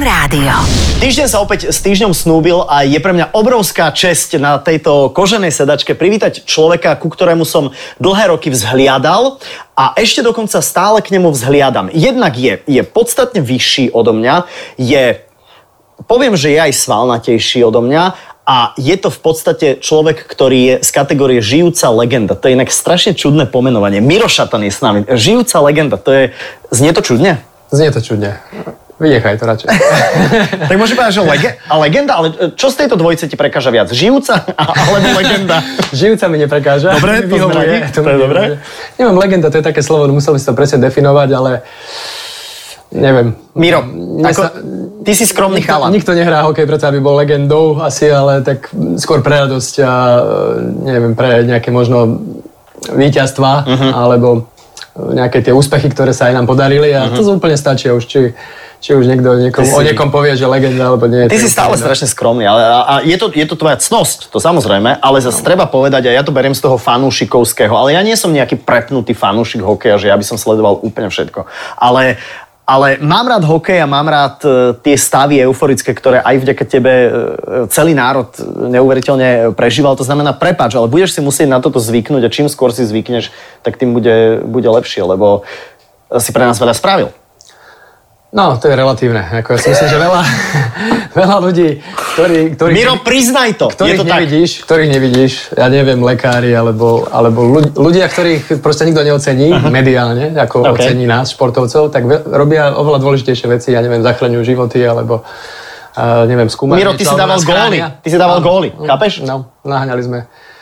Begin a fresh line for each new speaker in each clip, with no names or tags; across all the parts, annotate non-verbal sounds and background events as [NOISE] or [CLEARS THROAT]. rádio.
Týždeň sa opäť s týždňom snúbil a je pre mňa obrovská česť na tejto koženej sedačke privítať človeka, ku ktorému som dlhé roky vzhliadal a ešte dokonca stále k nemu vzhliadam. Jednak je, je podstatne vyšší odo mňa, je, poviem, že je aj svalnatejší odo mňa a je to v podstate človek, ktorý je z kategórie žijúca legenda. To je inak strašne čudné pomenovanie. Miro Šatan je s nami. Žijúca legenda, to je... Znie to čudne?
Znie to čudne. Vynechaj to
[LAUGHS]
radšej.
Tak môžeme povedať, že lege- a legenda, ale e, čo z tejto dvojice ti prekáža viac? Žijúca a- alebo legenda?
Živca mi neprekáža.
Dobre,
[LAUGHS]
to
Mi
sme
vyhovuje,
radi.
mi
To je dobré.
vyhovuje. Neviem, legenda, to je také slovo, no musel by si to presne definovať, ale neviem.
Miro, ako,
Nesa-
ty si skromný
Nikto,
chalan.
nikto nehrá hokej preto, aby bol legendou asi, ale tak skôr pre radosť a e, neviem, pre nejaké možno víťazstva
Mhm.
alebo nejaké tie úspechy, ktoré sa aj nám podarili a to úplne stačí už, či, či už niekto niekom,
Mhm. Ty
o
si-
niekom povie, že legenda alebo nie.
Ty si
to je
stále
úplne jedno.
strašne skromný, ale a, a je, to, je to tvoja cnosť, to samozrejme, ale zase treba povedať, a ja to beriem z toho fanúšikovského, ale ja nie som nejaký prepnutý fanúšik hokeja, že ja by som sledoval úplne všetko. Ale, ale mám rád hokej a mám rád e, tie stavy euforické, ktoré aj vďaka tebe e, celý národ e, neuveriteľne prežíval. To znamená, prepáč, ale budeš si musieť na toto zvyknúť a čím skôr si zvykneš, tak tým bude, bude lepšie, lebo si pre nás veľa spravil.
No, to je relatívne. Ako ja si myslím, že veľa, [LAUGHS] veľa ľudí, ktorí... ktorí
Miro, priznaj to! Je
ktorých
to tak.
nevidíš, ktorých nevidíš, ja neviem, lekári alebo, alebo ľud- ľudia, ktorých proste nikto neocení mediálne, ako
Ok.
ocení nás, športovcov, tak ve- robia oveľa dôležitejšie veci, ja neviem, zachraňujú životy alebo uh, neviem, skúmajú.
Miro, ty
niečo,
si
alebo
dával
nás
góly.
chránia.
Ty si dával
Áno.
góly,
Mm,
chápeš?
No, naháňali sme.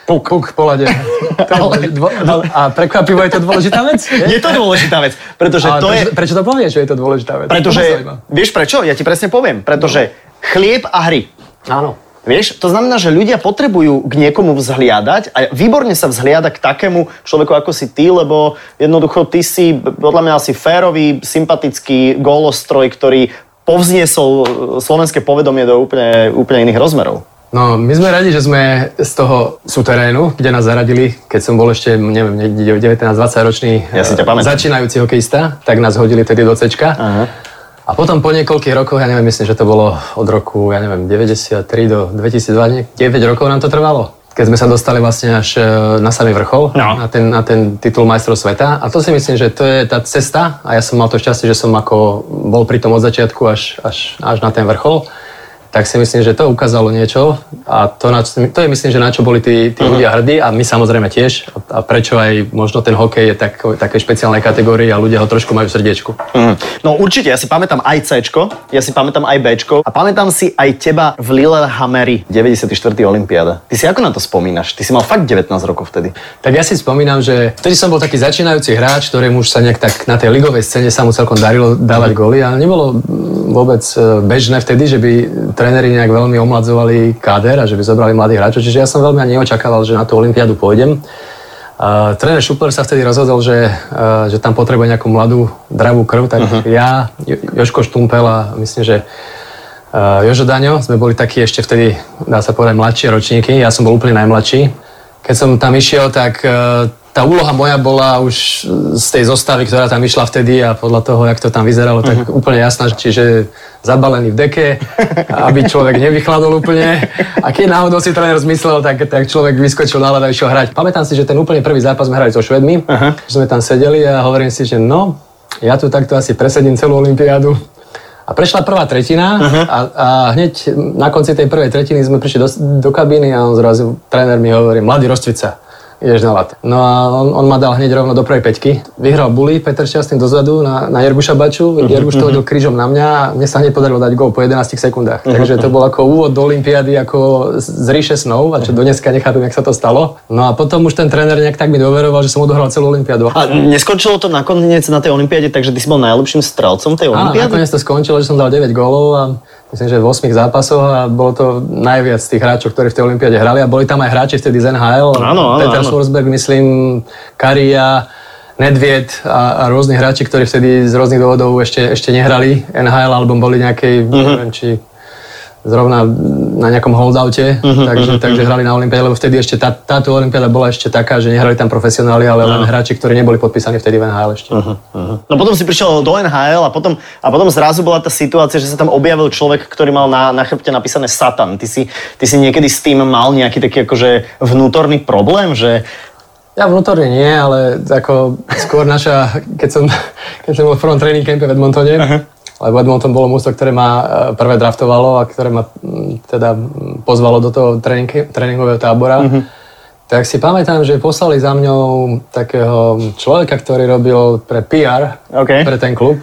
Puk.
Puk po
[LAUGHS]
lade. To je
Ale-
dvo- dvo- a prekvapivo je to dôležitá
[LAUGHS]
vec?
Je to dôležitá vec, pretože
Ale
to
prečo,
je...
prečo to povieš, že je to dôležitá vec?
Pretože,
To ma zaujíma.
vieš prečo? Ja ti presne poviem. Pretože chlieb a hry.
Áno.
Vieš, to znamená, že ľudia potrebujú k niekomu vzhliadať a výborne sa vzhliada k takému človeku, ako si ty, lebo jednoducho ty si, podľa mňa, asi férový, sympatický gólostroj, ktorý povzniesol e, slovenské povedomie do úplne, úplne iných rozmerov.
No, my sme radi, že sme z toho súterénu, kde nás zaradili, keď som bol ešte, neviem, niekde 19-20 ročný
Ja si ťa
eh,
pamätám.
začínajúci hokejista, tak nás hodili tedy do Cčka.
Aha.
A potom po niekoľkých rokoch, ja neviem, myslím, že to bolo od roku, ja neviem, 93 do 2002, nie- 9 rokov nám to trvalo. Keď sme sa dostali vlastne až eh, na samý vrchol,
No.
na, ten, na ten titul majstrov sveta. A to si myslím, že to je tá cesta. A ja som mal to šťastie, že som ako bol pri tom od začiatku až, až, až na ten vrchol. Tak si myslím, že to ukázalo niečo. A to, na, čo- to je myslím, že na čo boli tí, tí ľudia hrdí. A my samozrejme tiež. A, a prečo aj možno ten hokej je tak, také špeciálnej kategórii a ľudia ho trošku majú v srdiečku.
Mm. No určite, ja si pamätám aj C, ja si pamätám aj B a pamätám si aj teba v Lillehammeri 94. olympiáda. Ty si ako na to spomínaš? Ty si mal fakt 19 rokov vtedy.
Tak ja si spomínam, že vtedy som bol taký začínajúci hráč, ktorému už sa nejak tak na tej ligovej scéne sa mu celkom darilo dávať góly, ale nebolo mm, vôbec e, bežné vtedy, že by tréneri nejak veľmi omladzovali káder a že by zobrali mladých hráčov, čiže ja som veľmi ani neočakával, že na tú olympiádu pôjdem. Uh, tréner Šupler sa vtedy rozhodol, že, uh, že tam potrebuje nejakú mladú, dravú krv, tak uh-huh. ja, Jo- Joško Štumpel a myslím, že Uh, Jožo Daňo, sme boli takí ešte vtedy, dá sa povedať, mladšie ročníky. Ja som bol úplne najmladší. Keď som tam išiel, tak uh, tá úloha moja bola už z tej zostavy, ktorá tam išla vtedy a podľa toho, jak to tam vyzeralo, tak úplne jasná. Čiže zabalený v deke, aby človek nevychladol úplne. A keď náhodou si tréner zmyslel, tak, tak človek vyskočil na led a išiel hrať. Pamätám si, že ten úplne prvý zápas sme hrali so Švedmi.
Aha.
Sme tam sedeli a hovorím si, že no, ja tu takto asi presedím celú olympiádu. A prešla prvá tretina a, a hneď na konci tej prvej tretiny sme prišli do, do kabíny a on zrazu, tréner mi hovorí, mladý Rostvica, ideš na lat. No a on, on ma dal hneď rovno do prvej peťky. Vyhral Bully, Peter Šťastný dozadu na, na Jerguša Baču, Jerguš to hodil krížom na mňa a mne sa hneď podarilo dať gol po 11 sekundách. Takže to bol ako úvod do Olympiády ako z z ríše snov a čo dodneska nechápem, jak sa to stalo. No a potom už ten tréner nejak tak mi dôveroval, že som odohral celú Olympiádu.
A neskončilo to nakoniec na tej olympiáde, takže ty si bol najlepším strelcom tej
Áno,
olympiády?
nakoniec to skončilo, že som dal 9 gólov a myslím, že v 8 zápasoch a bolo to najviac tých hráčov, ktorí v tej olympiáde hrali a boli tam aj hráči vtedy z NHL.
Áno, áno,
Peter
áno.
Forsberg, myslím, Karia, Nedvied a, a rôzni hráči, ktorí vtedy z rôznych
Mhm.
dôvodov ešte, ešte nehrali NHL alebo boli nejakej, neviem, či zrovna mm, na nejakom holdoute,
Mhm,
uh-huh, takže, uh-huh. takže hrali na Olympiade, lebo vtedy ešte tá, táto Olympiáda bola ešte taká, že nehrali tam profesionáli, ale uh-huh. len hráči, ktorí neboli podpísaní vtedy v NHL ešte. Uh-huh,
uh-huh. No potom si prišiel do NHL a potom, a potom zrazu bola tá situácia, že sa tam objavil človek, ktorý mal na, na chrbte napísané Satan. Ty si, ty si niekedy s tým mal nejaký taký akože vnútorný problém, že
ja vnútorne nie, ale ako skôr naša, keď som, keď som bol v prvom tréning campe v Edmontone, uh-huh. lebo Edmonton bolo mústvo, ktoré ma e, prvé draftovalo a ktoré ma teda pozvalo do toho tréning, tréningového tábora, uh-huh. tak si pamätám, že poslali za mňou takého človeka, ktorý robil pre PR, okay. pre ten klub.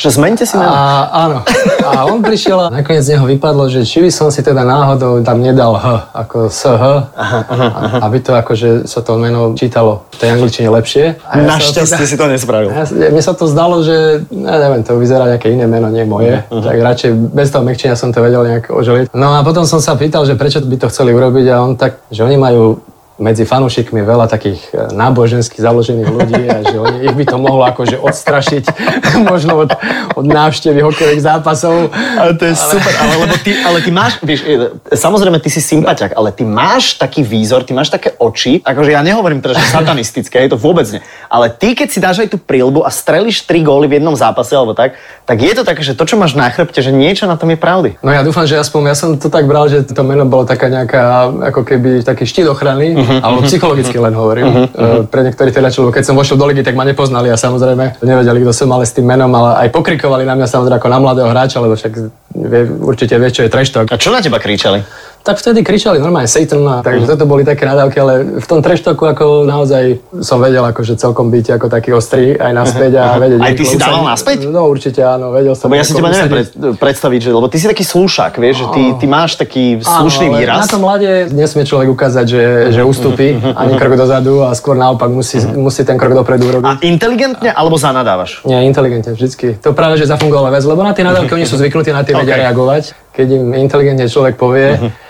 Že zmente si meno.
A, áno. A on prišiel a nakoniec z neho vypadlo, že či by som si teda náhodou tam nedal H, ako SH, aha, aha, aha. aby to akože sa to meno čítalo v tej angličtine lepšie.
A ja Našťastie teda, si to nespravil.
Ja, mne sa to zdalo, že ja neviem, to vyzerá nejaké iné meno, nie moje. Uh-huh. Tak radšej bez toho mekčenia som to vedel nejak oželiť. No a potom som sa pýtal, že prečo by to chceli urobiť a on tak, že oni majú medzi fanúšikmi veľa takých e, nábožensky založených ľudí a že oni, ich by to mohlo akože odstrašiť [LAUGHS] možno od, od návštevy hokejových zápasov.
Ale to je ale... super, ale, lebo ty, ale ty máš, vieš, e, samozrejme ty si sympaťak, ale ty máš taký výzor, ty máš také oči, akože ja nehovorím teda, že satanistické, je to vôbec nie, ale ty keď si dáš aj tú prílbu a strelíš tri góly v jednom zápase alebo tak, tak je to také, že to, čo máš na chrbte, že niečo na tom je pravdy.
No ja dúfam, že aspoň ja som to tak bral, že to meno bolo taká nejaká, ako keby taký štít ochrany, mm-hmm
Mhm,
uh-huh, alebo psychologicky uh-huh, len hovorím. Uh-huh, uh-huh. Pre niektorých teda, čo, keď som vošiel do ligy, tak ma nepoznali a samozrejme nevedeli, kto som, ale s tým menom, ale aj pokrikovali na mňa samozrejme ako na mladého hráča, lebo však vie, určite vie, čo je treštok.
A čo na teba kričali?
Tak vtedy kričali normálne Satan, a,
Mhm.
takže mm. toto boli také nadávky, ale v tom treštoku ako naozaj som vedel akože celkom byť ako taký ostrý aj naspäť a vedieť.
Mhm, Aj ty si dával naspäť?
No určite áno, vedel som.
Lebo ja si teba neviem pred, predstaviť, že, lebo ty si taký slušák, vieš, že ty, ty máš taký slušný áno, výraz. Mhm,
Na tom mlade nesmie človek ukázať, že, že ustúpi ani krok dozadu a skôr naopak musí, musí ten krok dopredu urobiť.
A inteligentne alebo zanadávaš?
Nie, inteligentne vždycky. To práve, že zafungovalo vec, lebo na tie nadávky oni sú zvyknutí na tie okay. vedia reagovať. Keď im inteligentne človek povie,
Mhm.
uh-huh.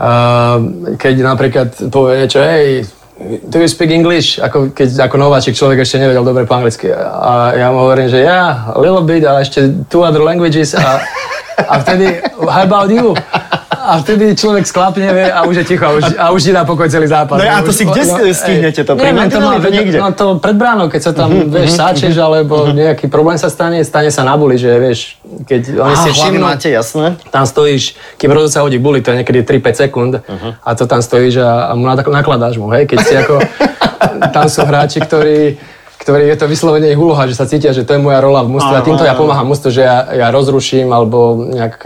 Uh, keď napríklad povie niečo, hej, do you speak English? Ako, keď ako nováčik človek ešte nevedel dobre po anglicky. A ja mu hovorím, že ja, yeah, little bit, a ešte two other languages. A, a vtedy, how about you? A vtedy človek sklapneve a už je ticho a už, a už ti dá pokoj celý zápas.
No a to
už,
si kde no, stihnete to? Neviem,
to má, to niekde? No to pred bránou, keď sa tam, uh-huh, vieš, sáčeš, alebo uh-huh. nejaký problém sa stane, stane sa na buli, že vieš, keď oni ah, si všimnú.
máte, jasné.
Tam stojíš, kým rozhodca hodí buli, to je niekedy 3-5 sekúnd uh-huh. a to tam stojíš a, a mu nakladáš mu, hej, keď si ako, tam sú hráči, ktorí ktorí je to vyslovene ich úloha, že sa cítia, že to je moja rola v mústve a týmto ja pomáham mústvu, že ja, ja rozruším alebo nejak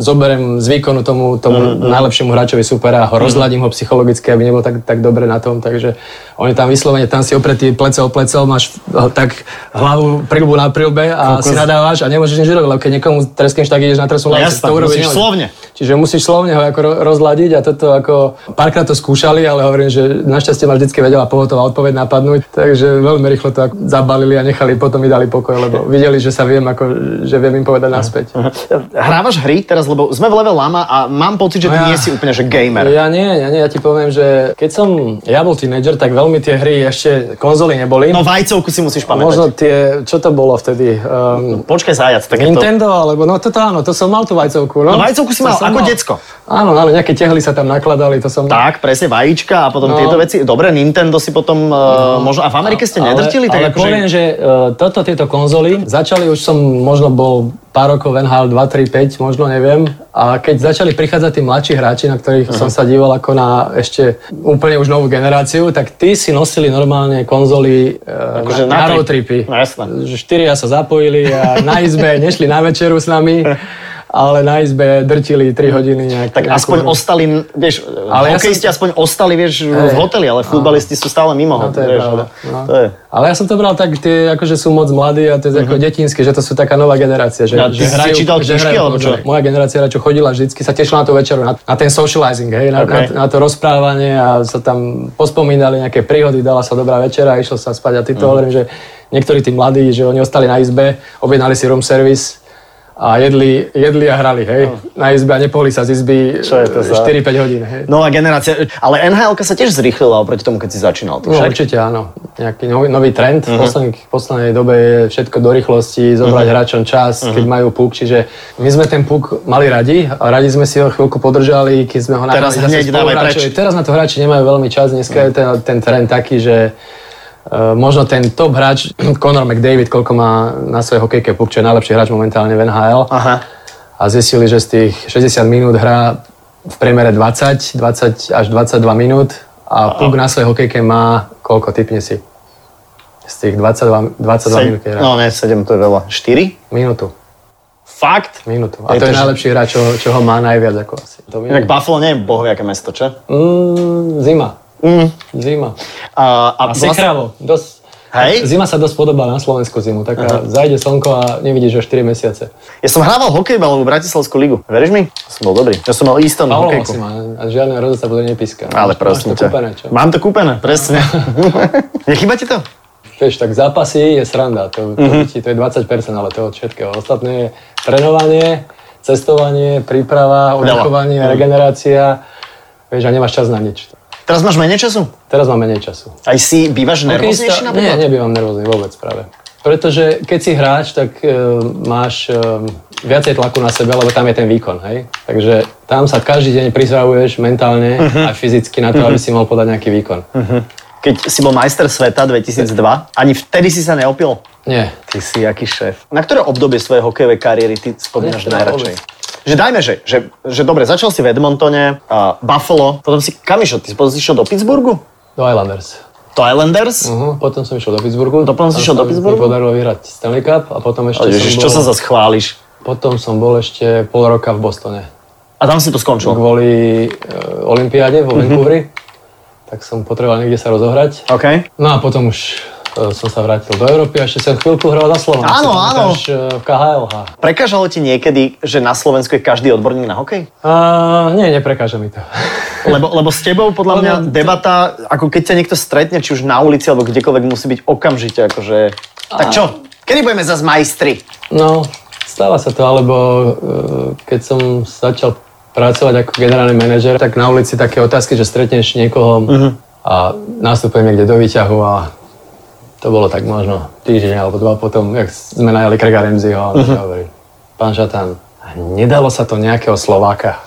zoberiem z výkonu tomu, tomu mm-hmm. najlepšiemu hráčovi supera, ho rozladím ho psychologicky, aby nebol tak, tak dobre na tom, takže oni tam vyslovene, tam si opretí plece o plece, máš tak hlavu prilbu na prilbe a Kokos. si nadávaš a nemôžeš nič robiť, lebo keď niekomu treskneš, tak ideš na tresu
no, jasná, to urobíš. Musíš slovne.
Čiže musíš slovne ho ako rozladiť a toto ako, párkrát to skúšali, ale hovorím, že našťastie ma vždycky vedela pohotová odpoveď napadnúť, takže veľmi rýchlo to tak zabalili a nechali, potom mi dali pokoj,
[LAUGHS]
lebo videli, že sa viem, ako, že viem im povedať naspäť.
Hrávaš hry teraz, lebo sme v level lama a mám pocit, že ty no ja, nie si úplne že gamer.
Ja nie, ja nie, ja ti poviem, že keď som ja bol tínedžer, tak veľmi tie hry ešte konzoly neboli.
No vajcovku si musíš pamätať.
Možno tie, čo to bolo vtedy? Um,
Počkaj zajac, tak
Nintendo,
to...
alebo no toto áno, to som mal tú vajcovku. No,
no vajcovku si mal ako mal. decko.
Áno, ale nejaké tehly sa tam nakladali, to som...
Tak, presne, vajíčka a potom no, tieto veci. Dobre, Nintendo si potom, uh, no, možno, a v Amerike ste nedrtili?
zistili, tak ale akože... poviem, že uh, toto, tieto konzoly začali, už som možno bol pár rokov NHL 2, 3, 5, možno neviem. A keď začali prichádzať tí mladší hráči, na ktorých uh-huh. som sa díval ako na ešte úplne už novú generáciu, tak tí si nosili normálne konzoly uh, akože na, na, na road tripy.
No, jasné.
Štyria sa zapojili a na izbe nešli na večeru s
[LAUGHS]
nami ale na izbe drtili 3 hodiny nejak.
Tak aspoň hru. ostali, vieš, ale hokejisti ja som... aspoň ostali, vieš, hey. v hoteli, ale futbalisti sú stále mimo.
No, to je vieš, ale, no. to je. ale ja som to bral tak, tie akože sú moc mladí a to je uh-huh. ako detinské, že to sú taká nová generácia. Že,
Mhm. ja, že hrajú, čítal že knižky, hrajú, alebo čo?
Moja generácia, čo chodila vždycky, sa tešila na tú večeru, na, na ten socializing, hej, na, okay. na, na, to rozprávanie a sa tam pospomínali nejaké príhody, dala sa dobrá večera, išlo sa
Mhm.
spať a ty to uh-huh. hovorím, že niektorí tí mladí, že oni ostali na izbe, objednali si room service, a a jedli, jedli a hrali, hej. Na izbe a nepohli sa z izby
No. Čo je to za-
4-5 hodín, hej.
No a generácia, ale nhl sa tiež zrýchlila oproti tomu, keď si začínal. Ty
No,
však?
určite áno. Nejaký nový, nový trend
Mhm.
v poslednej, v poslednej dobe je všetko do rýchlosti, zobrať hráčom čas, keď
Mhm.
majú puk. Čiže my sme ten puk mali radi a radi sme si ho chvíľku podržali, keď sme ho
Teraz
nahrali zase
hneď dávaj
spoluhráčovi.
preč. Mhm.
Teraz na to hráči nemajú veľmi čas, dneska je ten, ten trend taký, že e, možno ten top hráč, [CLEARS THROAT] Conor McDavid, koľko má na svojej hokejke puk, čo je najlepší hráč momentálne v NHL,
Aha.
a zistili, že z tých 60 minút hrá v priemere 20, 20 až 22 minút a puk na svojej hokejke má, koľko typne si? Z tých 22, 22 minút,
Sedem,
keď hrá.
no ne, 7 to je veľa. 4?
Minútu.
Fakt?
Minútu.
Je
A to
to,
je
že-
najlepší hráč, čo, čo ho má najviac ako asi. To minút.
Inak Buffalo nie je bohovie aké mesto, čo?
Mm, zima.
Mm.
Zima.
A, vlastne a,
A
vlast-
sekravo. Dosť.
Hej.
Zima sa dosť podobá na Slovensku zimu. Taká, zajde slnko a nevidíš o 4 mesiace.
Ja som hrával hokejbal v Bratislavskú ligu. Veríš mi? Som bol dobrý. Ja som mal Easton
Paolo si
hokejku.
má a žiadne rozo sa bude nepíska.
Ale
Máš-
prosím
máš to
ťa.
kúpené, čo?
Mám to kúpené,
[LAUGHS]
presne. Nechýba ti to?
Vieš, tak zápasy je sranda, to, to, mm-hmm. ti, to je 20%, ale to je od všetkého. Ostatné je trénovanie, cestovanie, príprava, oddychovanie, regenerácia. Vieš, a nemáš čas na nič.
Teraz máš menej času?
Teraz mám menej času.
Aj si bývaš nervóznejší
Hokejista-
napríklad?
Nie, nebývam nervózny vôbec práve. Pretože keď si hráč, tak e, máš e, viacej tlaku na sebe, lebo tam je ten výkon, hej? Takže tam sa každý deň pripravuješ mentálne a fyzicky na to, aby si mohol podať nejaký výkon.
Keď si bol majster sveta 2002, ani vtedy si sa neopil.
Nie,
Ty si aký šéf. Na ktoré obdobie svojej hokejovej kariéry ty spomínaš
Nechcem
najradšej?
povedať.
Že dajme, že, že, že dobre, začal si v Edmontone, a Buffalo, potom si kam išiel? Ty si potom si išiel do Pittsburghu?
do Islanders.
Do Islanders?
Uh-huh. Potom som išiel do Pittsburghu.
Potom si
Tam
išiel
sa
do Pittsburghu?
Mi podarilo vyhrať Stanley Cup a potom ešte
Ale Ježiš,
som
čo
bol,
sa zase chváliš?
potom som bol ešte pol roka v Bostone.
A tam si to skončil.
Kvôli e, Olympiáde
Mhm.
vo Vancouveri, tak som potreboval niekde sa rozohrať.
OK.
No a potom už e, som sa vrátil do Európy a ešte som chvíľku hral za Slovensku. e,
Áno, áno.
V KHLH.
Prekážalo ti niekedy, že na Slovensku je každý odborník na hokej?
A, nie, neprekáže mi to. [LAUGHS]
Lebo, lebo s tebou podľa mňa debata, ako keď ťa niekto stretne, či už na ulici alebo kdekoľvek, musí byť okamžite akože... Tak čo? Kedy budeme zase majstri?
No, stáva sa to, alebo e, keď som začal pracovať ako generálny manažer, tak na ulici také otázky, že stretneš niekoho a nastupujem niekde do výťahu a to bolo tak možno týždeň alebo dva potom, jak sme najali Krega Remziho a on mi hovorí, pán Šatán, a nedalo sa to nejakého Slováka.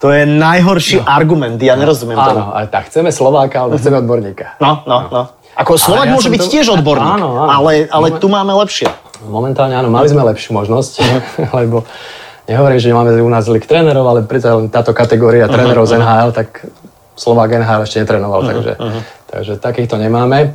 To je najhorší no. argument, ja nerozumiem tomu.
Áno, ale No, tak chceme Slováka, alebo chceme odborníka.
No, no, no. Ako Slovak
ja
môže
som
byť
to-
tiež odborník,
Áno, áno.
ale, ale tu máme lepšie.
Momentálne áno, mali sme lepšiu možnosť, [LAUGHS] lebo nehovorím, že máme u nás zlých trénerov, ale predsa len táto kategória trénerov z NHL, tak Slovák NHL ešte netrenoval, takže, takže takýchto nemáme.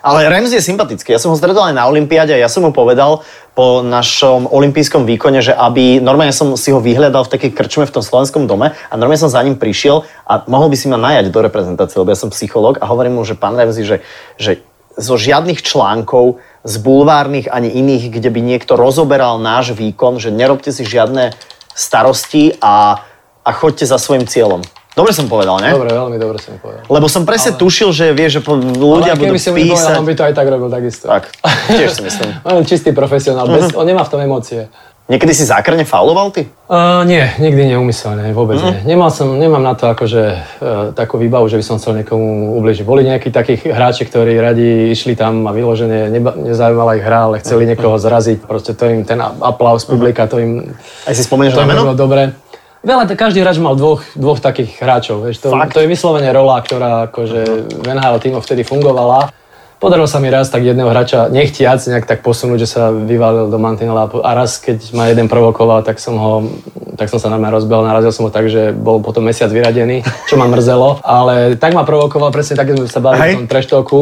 Ale Rams je sympatický. Ja som ho stretol aj na Olympiáde a ja som mu povedal po našom olympijskom výkone, že aby... Normálne som si ho vyhľadal v takej krčme v tom slovenskom dome a normálne som za ním prišiel a mohol by si ma najať do reprezentácie, lebo ja som psychológ a hovorím mu, že pán Ramsey, že, že zo žiadnych článkov z bulvárnych ani iných, kde by niekto rozoberal náš výkon, že nerobte si žiadne starosti a, a choďte za svojim cieľom. Dobre som povedal, ne?
Dobre, veľmi dobre som povedal.
Lebo som presne tušil, že vie, že po- ľudia
Ale
budú
keby si mu nepovedal,
písať.
on by to aj tak robil takisto.
Tak, tiež si myslím.
On je čistý profesionál, bez, on nemá v tom emócie.
Niekedy si zákrne fauloval ty?
Uh, nie, nikdy neumyselne, vôbec nie. Nemal som, nemám na to akože uh, takú výbavu, že by som chcel niekomu ubližiť. Boli nejakí takých hráči, ktorí radi išli tam a vyložene neba, nezaujímala ich hra, ale chceli niekoho zraziť. Proste to im ten a- aplaus publika, to im
Aj si spomenieš na
to im
meno?
bolo dobre. Veľa, t- každý hráč mal dvoch, dvoch takých hráčov. Vieš, to,
Fakt?
to je vyslovene rola, ktorá akože v NHL tímov vtedy fungovala. Podarilo sa mi raz tak jedného hráča nechtiac nejak tak posunúť, že sa vyvalil do mantinela a po- a raz, keď ma jeden provokoval, tak som ho, tak som sa na mňa rozbel, narazil som ho tak, že bol potom mesiac vyradený, čo ma mrzelo, ale tak ma provokoval, presne tak, keď sme sa bavili
Hej.
v tom treštoku,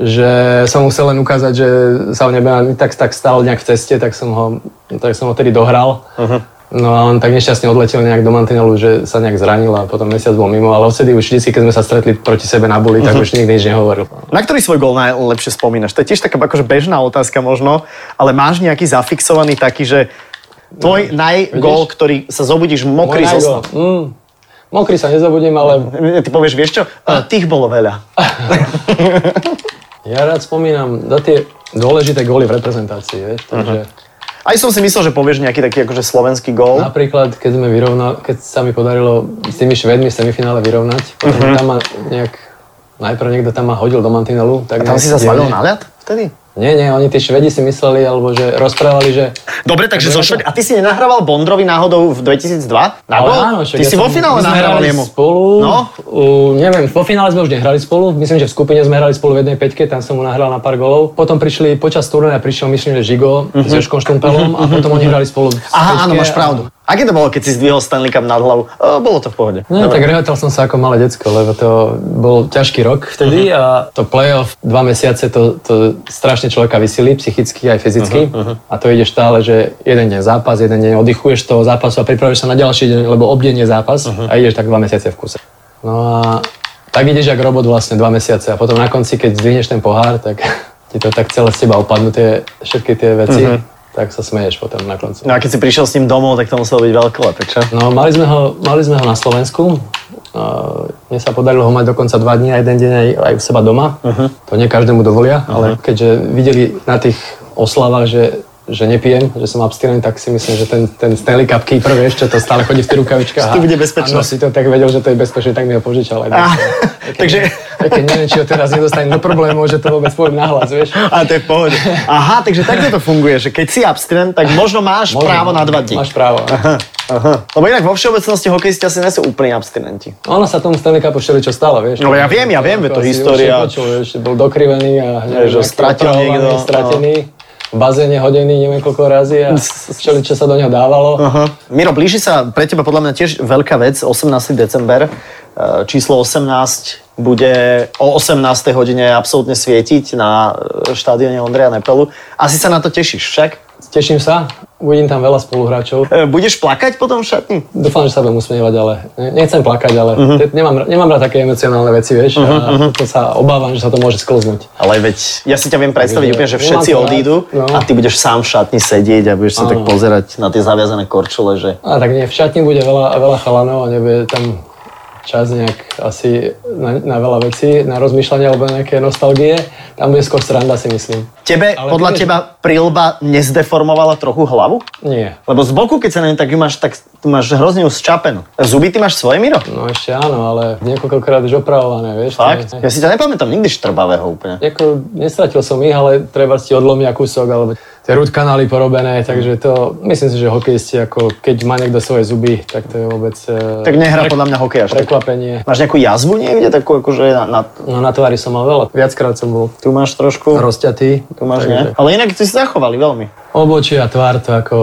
že som musel len ukázať, že sa o nebe ani tak, tak stal nejak v ceste, tak som ho, tak som ho tedy dohral. No a on tak nešťastne odletel nejak do mantinelu, že sa nejak zranil a potom mesiac bol mimo, ale odtedy už vždy, keď sme sa stretli proti sebe na buli, tak už nikdy nič nehovoril.
Na ktorý svoj gol najlepšie spomínaš? To je tiež taká akože bežná otázka možno, ale máš nejaký zafixovaný taký, že tvoj najgol, ktorý sa zobudíš mokrý
Môj
zo
najgol.
sna.
Mm. Mokrý sa nezabudím, ale
Ty povieš, vieš čo? A tých bolo veľa.
ja rád spomínam na tie dôležité góly v reprezentácii, vieš, takže
Aj som si myslel, že povieš nejaký taký akože slovenský gól.
Napríklad, keď, sme vyrovnal, keď sa mi podarilo s tými Švedmi v semifinále vyrovnať, potom
Mhm.
tam ma nejak, najprv niekto tam ma hodil do mantinelu. Tak
A tam
nejak
si sa
dielne.
svalil na ľad vtedy?
Nie, nie, oni tí Švedi si mysleli, alebo že rozprávali, že...
Dobre, takže zo Šved...
Dobre.
A ty si nenahrával Bondrovi náhodou v 2002? Na
Ale
gól?
však
Ty
ja
si
som-
vo finále
my sme
nahrával
hrali
jemu.
Spolu,
No.
no? U, neviem, vo finále sme už nehrali spolu, myslím, že v skupine sme hrali spolu v jednej peťke, tam som mu nahral na pár golov. Potom prišli počas turnaja, prišiel myslím, že Žigo s Joškom Štumpelom a potom oni hrali spolu v
Mhm. Aha,
peťke
áno, máš
a-
pravdu. Aké to bolo, keď si zdvihol Stanley Cup nad hlavu? E, bolo to v pohode.
No,
Dobre.
tak rehotal som sa ako malé decko, lebo to bol ťažký rok vtedy a to playoff dva mesiace to, to strašne človeka vysilí, psychicky aj fyzicky. A to ide stále, že jeden deň zápas, jeden deň oddychuješ toho zápasu a pripravíš sa na ďalší deň, lebo obdeň je zápas a ideš tak dva mesiace v kuse. No a tak ideš ako robot vlastne dva mesiace a potom na konci, keď zdvihneš ten pohár, tak [LAUGHS] ti to tak celé z teba opadnú tie, všetky tie veci, tak sa smeješ potom na konci.
No a keď si prišiel s ním domov, tak to muselo byť veľkolepé, čo?
No, mali sme ho, mali sme ho na Slovensku. Uh, mne sa podarilo ho mať dokonca dva dní a jeden deň aj, aj u seba doma. Uh-huh. To nie každému dovolia, uh-huh. ale keďže videli na tých oslavách, že že nepijem, že som abstinent, tak si myslím, že ten, ten Stanley Cup keeper, vieš, čo to stále chodí v tej
to
rukavičkách. a-
bude bezpečné. Ah.
A si to tak vedel, že to je bezpečné, tak mi ho požičal. Aj,
Á,
[LAUGHS]
takže-
Také neviem, či ho teraz nedostanem do problémov, že to vôbec poviem nahlas, vieš.
A to je v pohode. Aha, takže takto to funguje, že keď si abstinent, tak možno máš
Možno.
právo na dva dní.
Máš právo. Aha.
Aha. Lebo inak vo všeobecnosti hokejisti asi nie sú úplne abstinenti.
Ono sa tomu Stanley Cupu všeličo stalo, vieš.
No, ja viem, ja viem, veď to
asi
história.
už nepočul, vieš, bol dokrivený a
Že
aký
stratil
opravovaný,
niekto, no.
Stratený, v bazéne hodený neviem koľko razy
[LAUGHS]
a všeličo sa do neho dávalo.
Aha. Miro, blíži sa pre teba podľa mňa tiež veľká vec, 18. december, e, číslo 18 bude o 18. hodine absolútne svietiť na e, štadióne Ondreja Nepelu. Asi sa na to tešíš však.
Teším sa, uvidím tam veľa spoluhráčov.
E, Budeš plakať potom v šatni?
Dúfam, že sa budem usmievať, ale ne- nechcem plakať, ale
Mhm.
te- nemám, nemám rád také emocionálne veci, vieš. A to sa obávam, že sa to môže sklznúť.
Ale veď ja si ťa viem predstaviť
Takže
úplne, že
nemám
všetci
to rád,
odídu
no.
a ty budeš sám v šatni sedieť a budeš sa tak
Áno.
pozerať na tie zaviazané korčule, že...
A tak nie, v šatni bude veľa, veľa chalanov a nebude tam čas nejak asi na, na veľa vecí, na rozmýšľanie alebo nejaké nostalgie. Tam bude skôr sranda, si myslím.
Tebe,
Ale
podľa
vieš-
teba, prilba nezdeformovala trochu hlavu?
Nie.
Lebo z boku, keď sa na ne tak ju máš, tak tu máš hrozne ju zčapenú. Zuby ty máš svoje, Miro?
No ešte áno, ale niekoľkokrát už opravované, vieš. to
Fakt?
je-
Ja si ťa nepamätám nikdy štrbavého úplne.
Ako, nestratil som ich, ale treba si odlomia kúsok, alebo tie root kanály porobené, takže to, myslím si, že hokejisti, ako keď má niekto svoje zuby, tak to je vôbec eh,
Tak nehra podľa mňa hokej až tak.
prekvapenie.
Máš nejakú jazvu niekde takú, akože na, na,
No na tvári som mal veľa, viackrát som bol
tu máš trošku,
rozťatý.
tu máš
takže-
nie. Ale inak ty si zachovali veľmi.
Obočie a tvár to ako...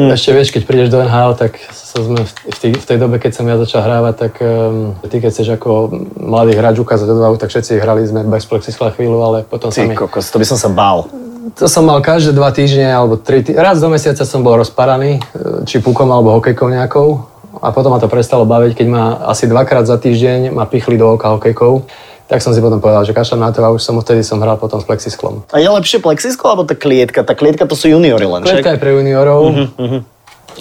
Ešte vieš, keď prídeš do NHL, tak sa sme v, v, tej, v tej dobe, keď som ja začal hrávať, tak um, ty keď chceš ako mladý hráč ukázať odvahu, tak všetci hrali sme bez plexiskla chvíľu, ale potom sa
Ty
mi...
kokos, to by som sa bál.
To som mal každé dva týždne alebo tri týždne. Raz do mesiaca som bol rozparaný, e, či pukom alebo hokejkou nejakou. A potom ma to prestalo baviť, keď ma asi dvakrát za týždeň ma pichli do oka hokejkou. Tak som si potom povedal, že kašľam na to a už som vtedy som hral potom s plexisklom.
A je lepšie plexisko alebo tá klietka? Tá klietka to sú juniori len, však? Mhm,
Kletka je pre juniorov,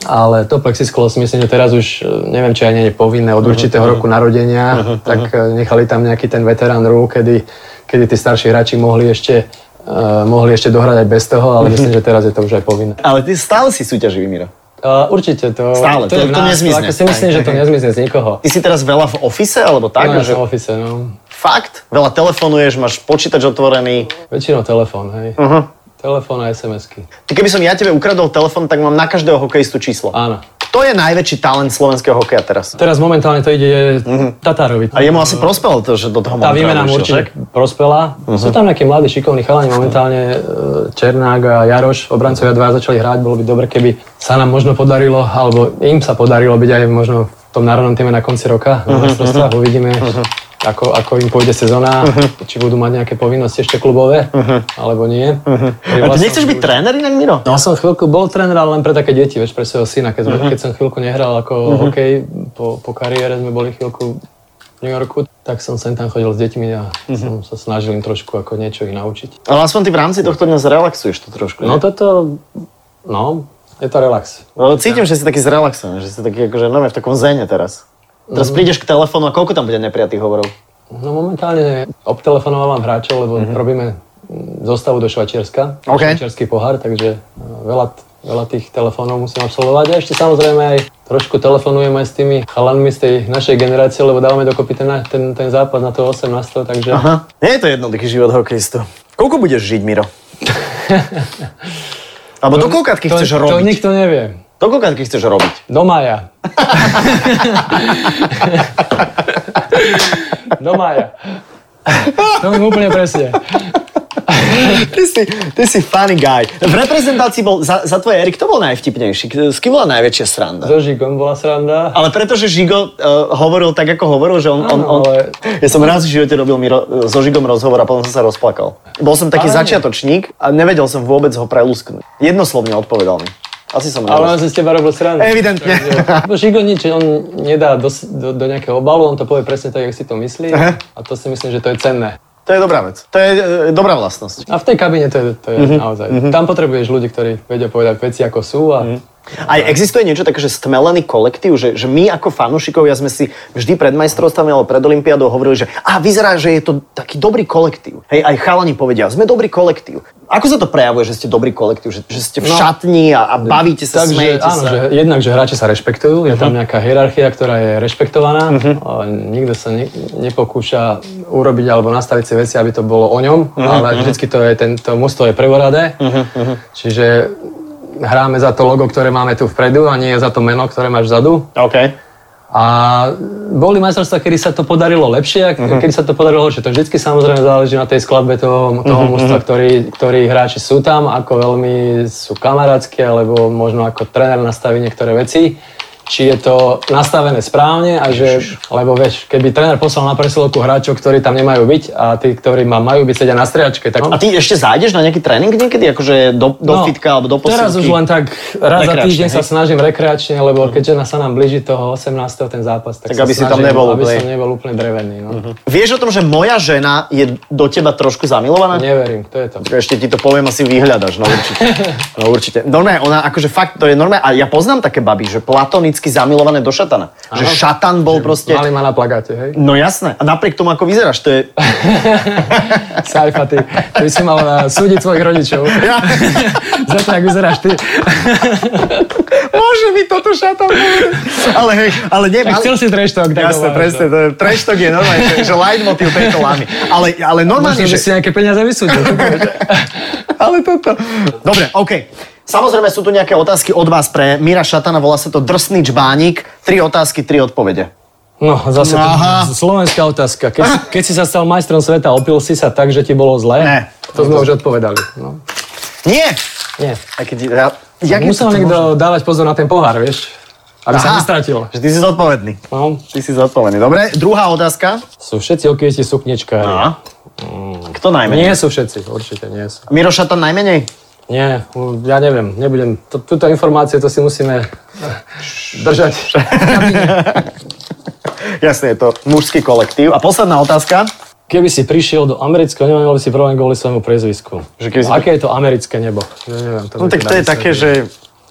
ale to plexisklo si myslím, že teraz už, e, neviem, či aj nie je povinné
Mhm,
od určitého roku narodenia, tak e, nechali tam nejaký ten veterán rule, kedy, kedy tí starší hráči mohli ešte, e, mohli ešte dohrať aj bez toho,
Mhm.
ale myslím, že teraz je to už aj povinné.
Ale ty stále si súťaživý, Miro.
A určite to...
Stále, to-
je v
to
nás,
nezmizne.
Ako si myslím,
Aj,
že
aj,
to
aj.
nezmizne z nikoho.
Ty si teraz veľa v ofise alebo tak?
Tak, no,
že
že... v office, no.
Fakt? Veľa telefonuješ, máš počítač otvorený.
Väčšinou telefón, hej.
Aha.
Telefón a SMS-ky.
Ty keby som ja tebe ukradol telefon, tak mám na každého hokejistu číslo.
Áno.
Kto je najväčší talent slovenského hokeja teraz?
Teraz momentálne to ide Tatárovi.
Mhm. A jemu asi prospelo to, že do toho
Mm. Tá
Montreux
výmena mu
išiel,
určite
však? Mhm.
prospela. Sú tam nejakí mladí šikovní chalani momentálne. e, Černák a Jaroš, obrancovia dva začali hrať. Bolo by dobre, keby sa nám možno podarilo, alebo im sa podarilo byť aj možno v tom národnom týme na konci roka.
Mhm,
Na majstrovstvách uvidíme, ako, ako im pôjde sezóna,
Mhm.
či budú mať nejaké povinnosti ešte klubové, alebo nie. vlastne-
Ale
Pri
Mhm. ty
vlastnom
nechceš byť tréner inak, Miro?
No som chvíľku bol tréner, ale len pre také deti, vieš, pre svojho syna. Keď, uh-huh. keď som chvíľku nehral ako uh-huh. hokej, po, po kariére sme boli chvíľku v New Yorku, tak som sem tam chodil s deťmi a som sa snažil im trošku ako niečo ich naučiť.
Ale aspoň ty v rámci tohto dňa zrelaxuješ to trošku. No,
No toto, no, je to relax.
Cítim, že si taký zrelaxovaný, že si taký akože nové v takom zene teraz. Teraz prídeš k telefónu a koľko tam bude nepriatých hovorov?
No momentálne obtelefonovávam hráčov, lebo robíme mm, zostavu do Švajčiarska,
Mhm. OK.
švajčiarsky pohár, takže e, veľa, t- veľa tých telefónov musím absolvovať. A ešte samozrejme aj trošku telefonujem aj s tými chalanmi z tej našej generácie, lebo dávame dokopy ten, ten, ten zápas na to 18, takže...
Aha. Nie je to jednoduchý život hokejistu. Koľko budeš žiť, [LAUGHS] Miro? Alebo do koľkátky chceš
to, To
robiť?
nikto nevie.
Do koľkátky chceš [LAUGHS] robiť?
Do mája. Do mája. To mi úplne presne.
Ty si, ty si funny guy. V reprezentácii bol, za, za tvoje Erik, to bol najvtipnejší. K- S kým bola najväčšia sranda?
So Žigon bola sranda.
Ale pretože Žigo uh, hovoril tak, ako hovoril, že on... on, on
Áno, ale-
Ja som raz v živote robil Miro, so Žigom rozhovor a potom som sa rozplakal. Bol som taký
Ale-
začiatočník a nevedel som vôbec ho prelusknúť. Jednoslovne odpovedal mi. Asi som
Ale on
nerozumel.
si z teba robil srandu.
Evidentne.
Bo Žigo nič, on nedá do, do, do nejakého obalu, on to povie presne tak, jak si to myslí.
Aha.
A to si myslím, že to je cenné.
To je dobrá vec. To je e, dobrá vlastnosť.
A v tej kabine to je, to je naozaj. Tam potrebuješ ľudí, ktorí vedia povedať veci, ako sú. A
Aj existuje niečo také, že stmelený kolektív, že, že my ako fanúšikovia sme si vždy pred majstrovstvami alebo pred Olympiádou hovorili, že a vyzerá, že je to taký dobrý kolektív. Hej, aj chalani povedia, sme dobrý kolektív. Ako sa to prejavuje, že ste dobrý kolektív, že, že ste v
No.
šatni a, a bavíte sa, Takže,
Takže
smejete
áno,
sa?
že jednak, že hráči sa rešpektujú, je tam nejaká hierarchia, ktorá je rešpektovaná, a nikto sa ne, nepokúša urobiť alebo nastaviť si veci, aby to bolo o ňom, ale vždycky to je, tento musto je prvoradé, čiže hráme za to logo, ktoré máme tu vpredu a nie za to meno, ktoré máš vzadu.
OK.
A boli majstrovstvá, kedy sa to podarilo lepšie a kedy sa to podarilo horšie. To vždycky samozrejme záleží na tej skladbe toho, toho mužstva, ktorý, ktorí hráči sú tam, ako veľmi sú kamarátske, alebo možno ako tréner nastaví niektoré veci či je to nastavené správne a že, lebo vieš, keby tréner poslal na presilovku hráčov, ktorí tam nemajú byť a tí, ktorí ma majú byť, sedia na striačke, tak
A ty ešte zájdeš na nejaký tréning niekedy, akože do, do fitka alebo do posilky?
No, Teraz už len tak raz za
Rekreačne,
týždeň sa
hej? Mhm.
snažím rekreačne, lebo keď žena sa nám blíži toho 18. ten zápas, tak,
Tak
sa
aby si tam
snažím,
nebol
aby
úplne- Mhm.
som nebol úplne drevený. No.
Vieš o tom, že moja žena je do teba trošku zamilovaná?
Neverím, kto je to.
Ešte ti to poviem, asi vyhľadaš, no určite. No určite. Normálne, ona akože fakt, to je normálne, a ja poznám také baby, že platonicky zamilované do šatana. Že
Áno.
šatan bol proste...
Mali ma na plagáte, hej?
No jasné, a napriek tomu, ako vyzeráš, to je... [LAUGHS]
Sajfa, ty, ty by si mal eh, súdiť svojich rodičov.
Ja,
[LAUGHS] za to, jak vyzeráš ty.
[LAUGHS] môže mi toto šatan povedať? Ale hej, ale nie,
Tak
ale...
chcel si trash talk, tak
Jasné,
to máš,
presne,
no.
to je, trash talk je normálne, že, že leitmotiv tejto lamy. Ale, ale normálne,
Možno, že
že...
si nejaké peniaze
[LAUGHS]
vysúdil. ty povieš.
Ale toto. Dobre, OK. Samozrejme sú tu nejaké otázky od vás pre Mira Šatana, volá sa to Drsný čbánik. Tri otázky, tri odpovede.
No, zase to,
Aha.
slovenská otázka. Keď, keď si sa stal majstrom sveta, opil si sa tak, že ti bolo zle?
Ne.
To sme už odpovedali. No.
Nie!
Nie.
Taký, ja, jak je
Musel
toto
niekto
možné?
dávať pozor na ten pohár, vieš? Aby sa
Aha,
nestratil.
Že ty si zodpovedný.
No.
Ty si zodpovedný. Dobre, druhá otázka.
Sú všetci okieti
No.
sukničkári.
Kto najmenej?
Nie sú všetci, určite nie sú.
Miro Šatan najmenej?
Nie, u- ja neviem, nebudem. T- Túto informáciu to si musíme držať.
Jasne, je to mužský kolektív. A posledná otázka.
Keby si prišiel do amerického, nemal by si problém kvôli svojmu priezvisku.
Že keby si-
Aké je to americké nebo? Ja neviem, to
No
mi
tak
teda
to je
vysvetli.
také, že,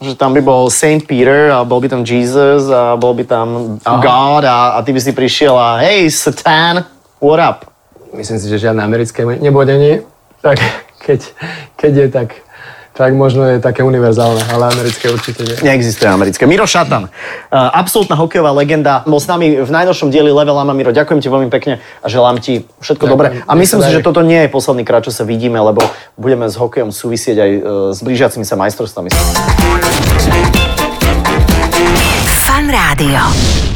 že tam by bol Saint Peter a bol by tam Jesus a bol by tam God a, a ty by si prišiel a hej, Satan, what up?
Myslím si, že žiadne americké me- nebo není. Tak [LAUGHS] keď, keď je tak, tak možno je také univerzálne, ale americké určite nie.
Neexistuje americké. Miro Šatan, uh, absolútna hokejová legenda, bol s nami v najnovšom dieli Level Lama. Miro, ďakujem ti veľmi pekne a želám ti všetko
Ďakujem.
dobré. A myslím si,
Nech sa
že
darí.
toto nie je posledný krát, čo sa vidíme, lebo budeme s hokejom súvisieť aj uh, s blížiacimi sa majstrovstvami.
Fan Rádio.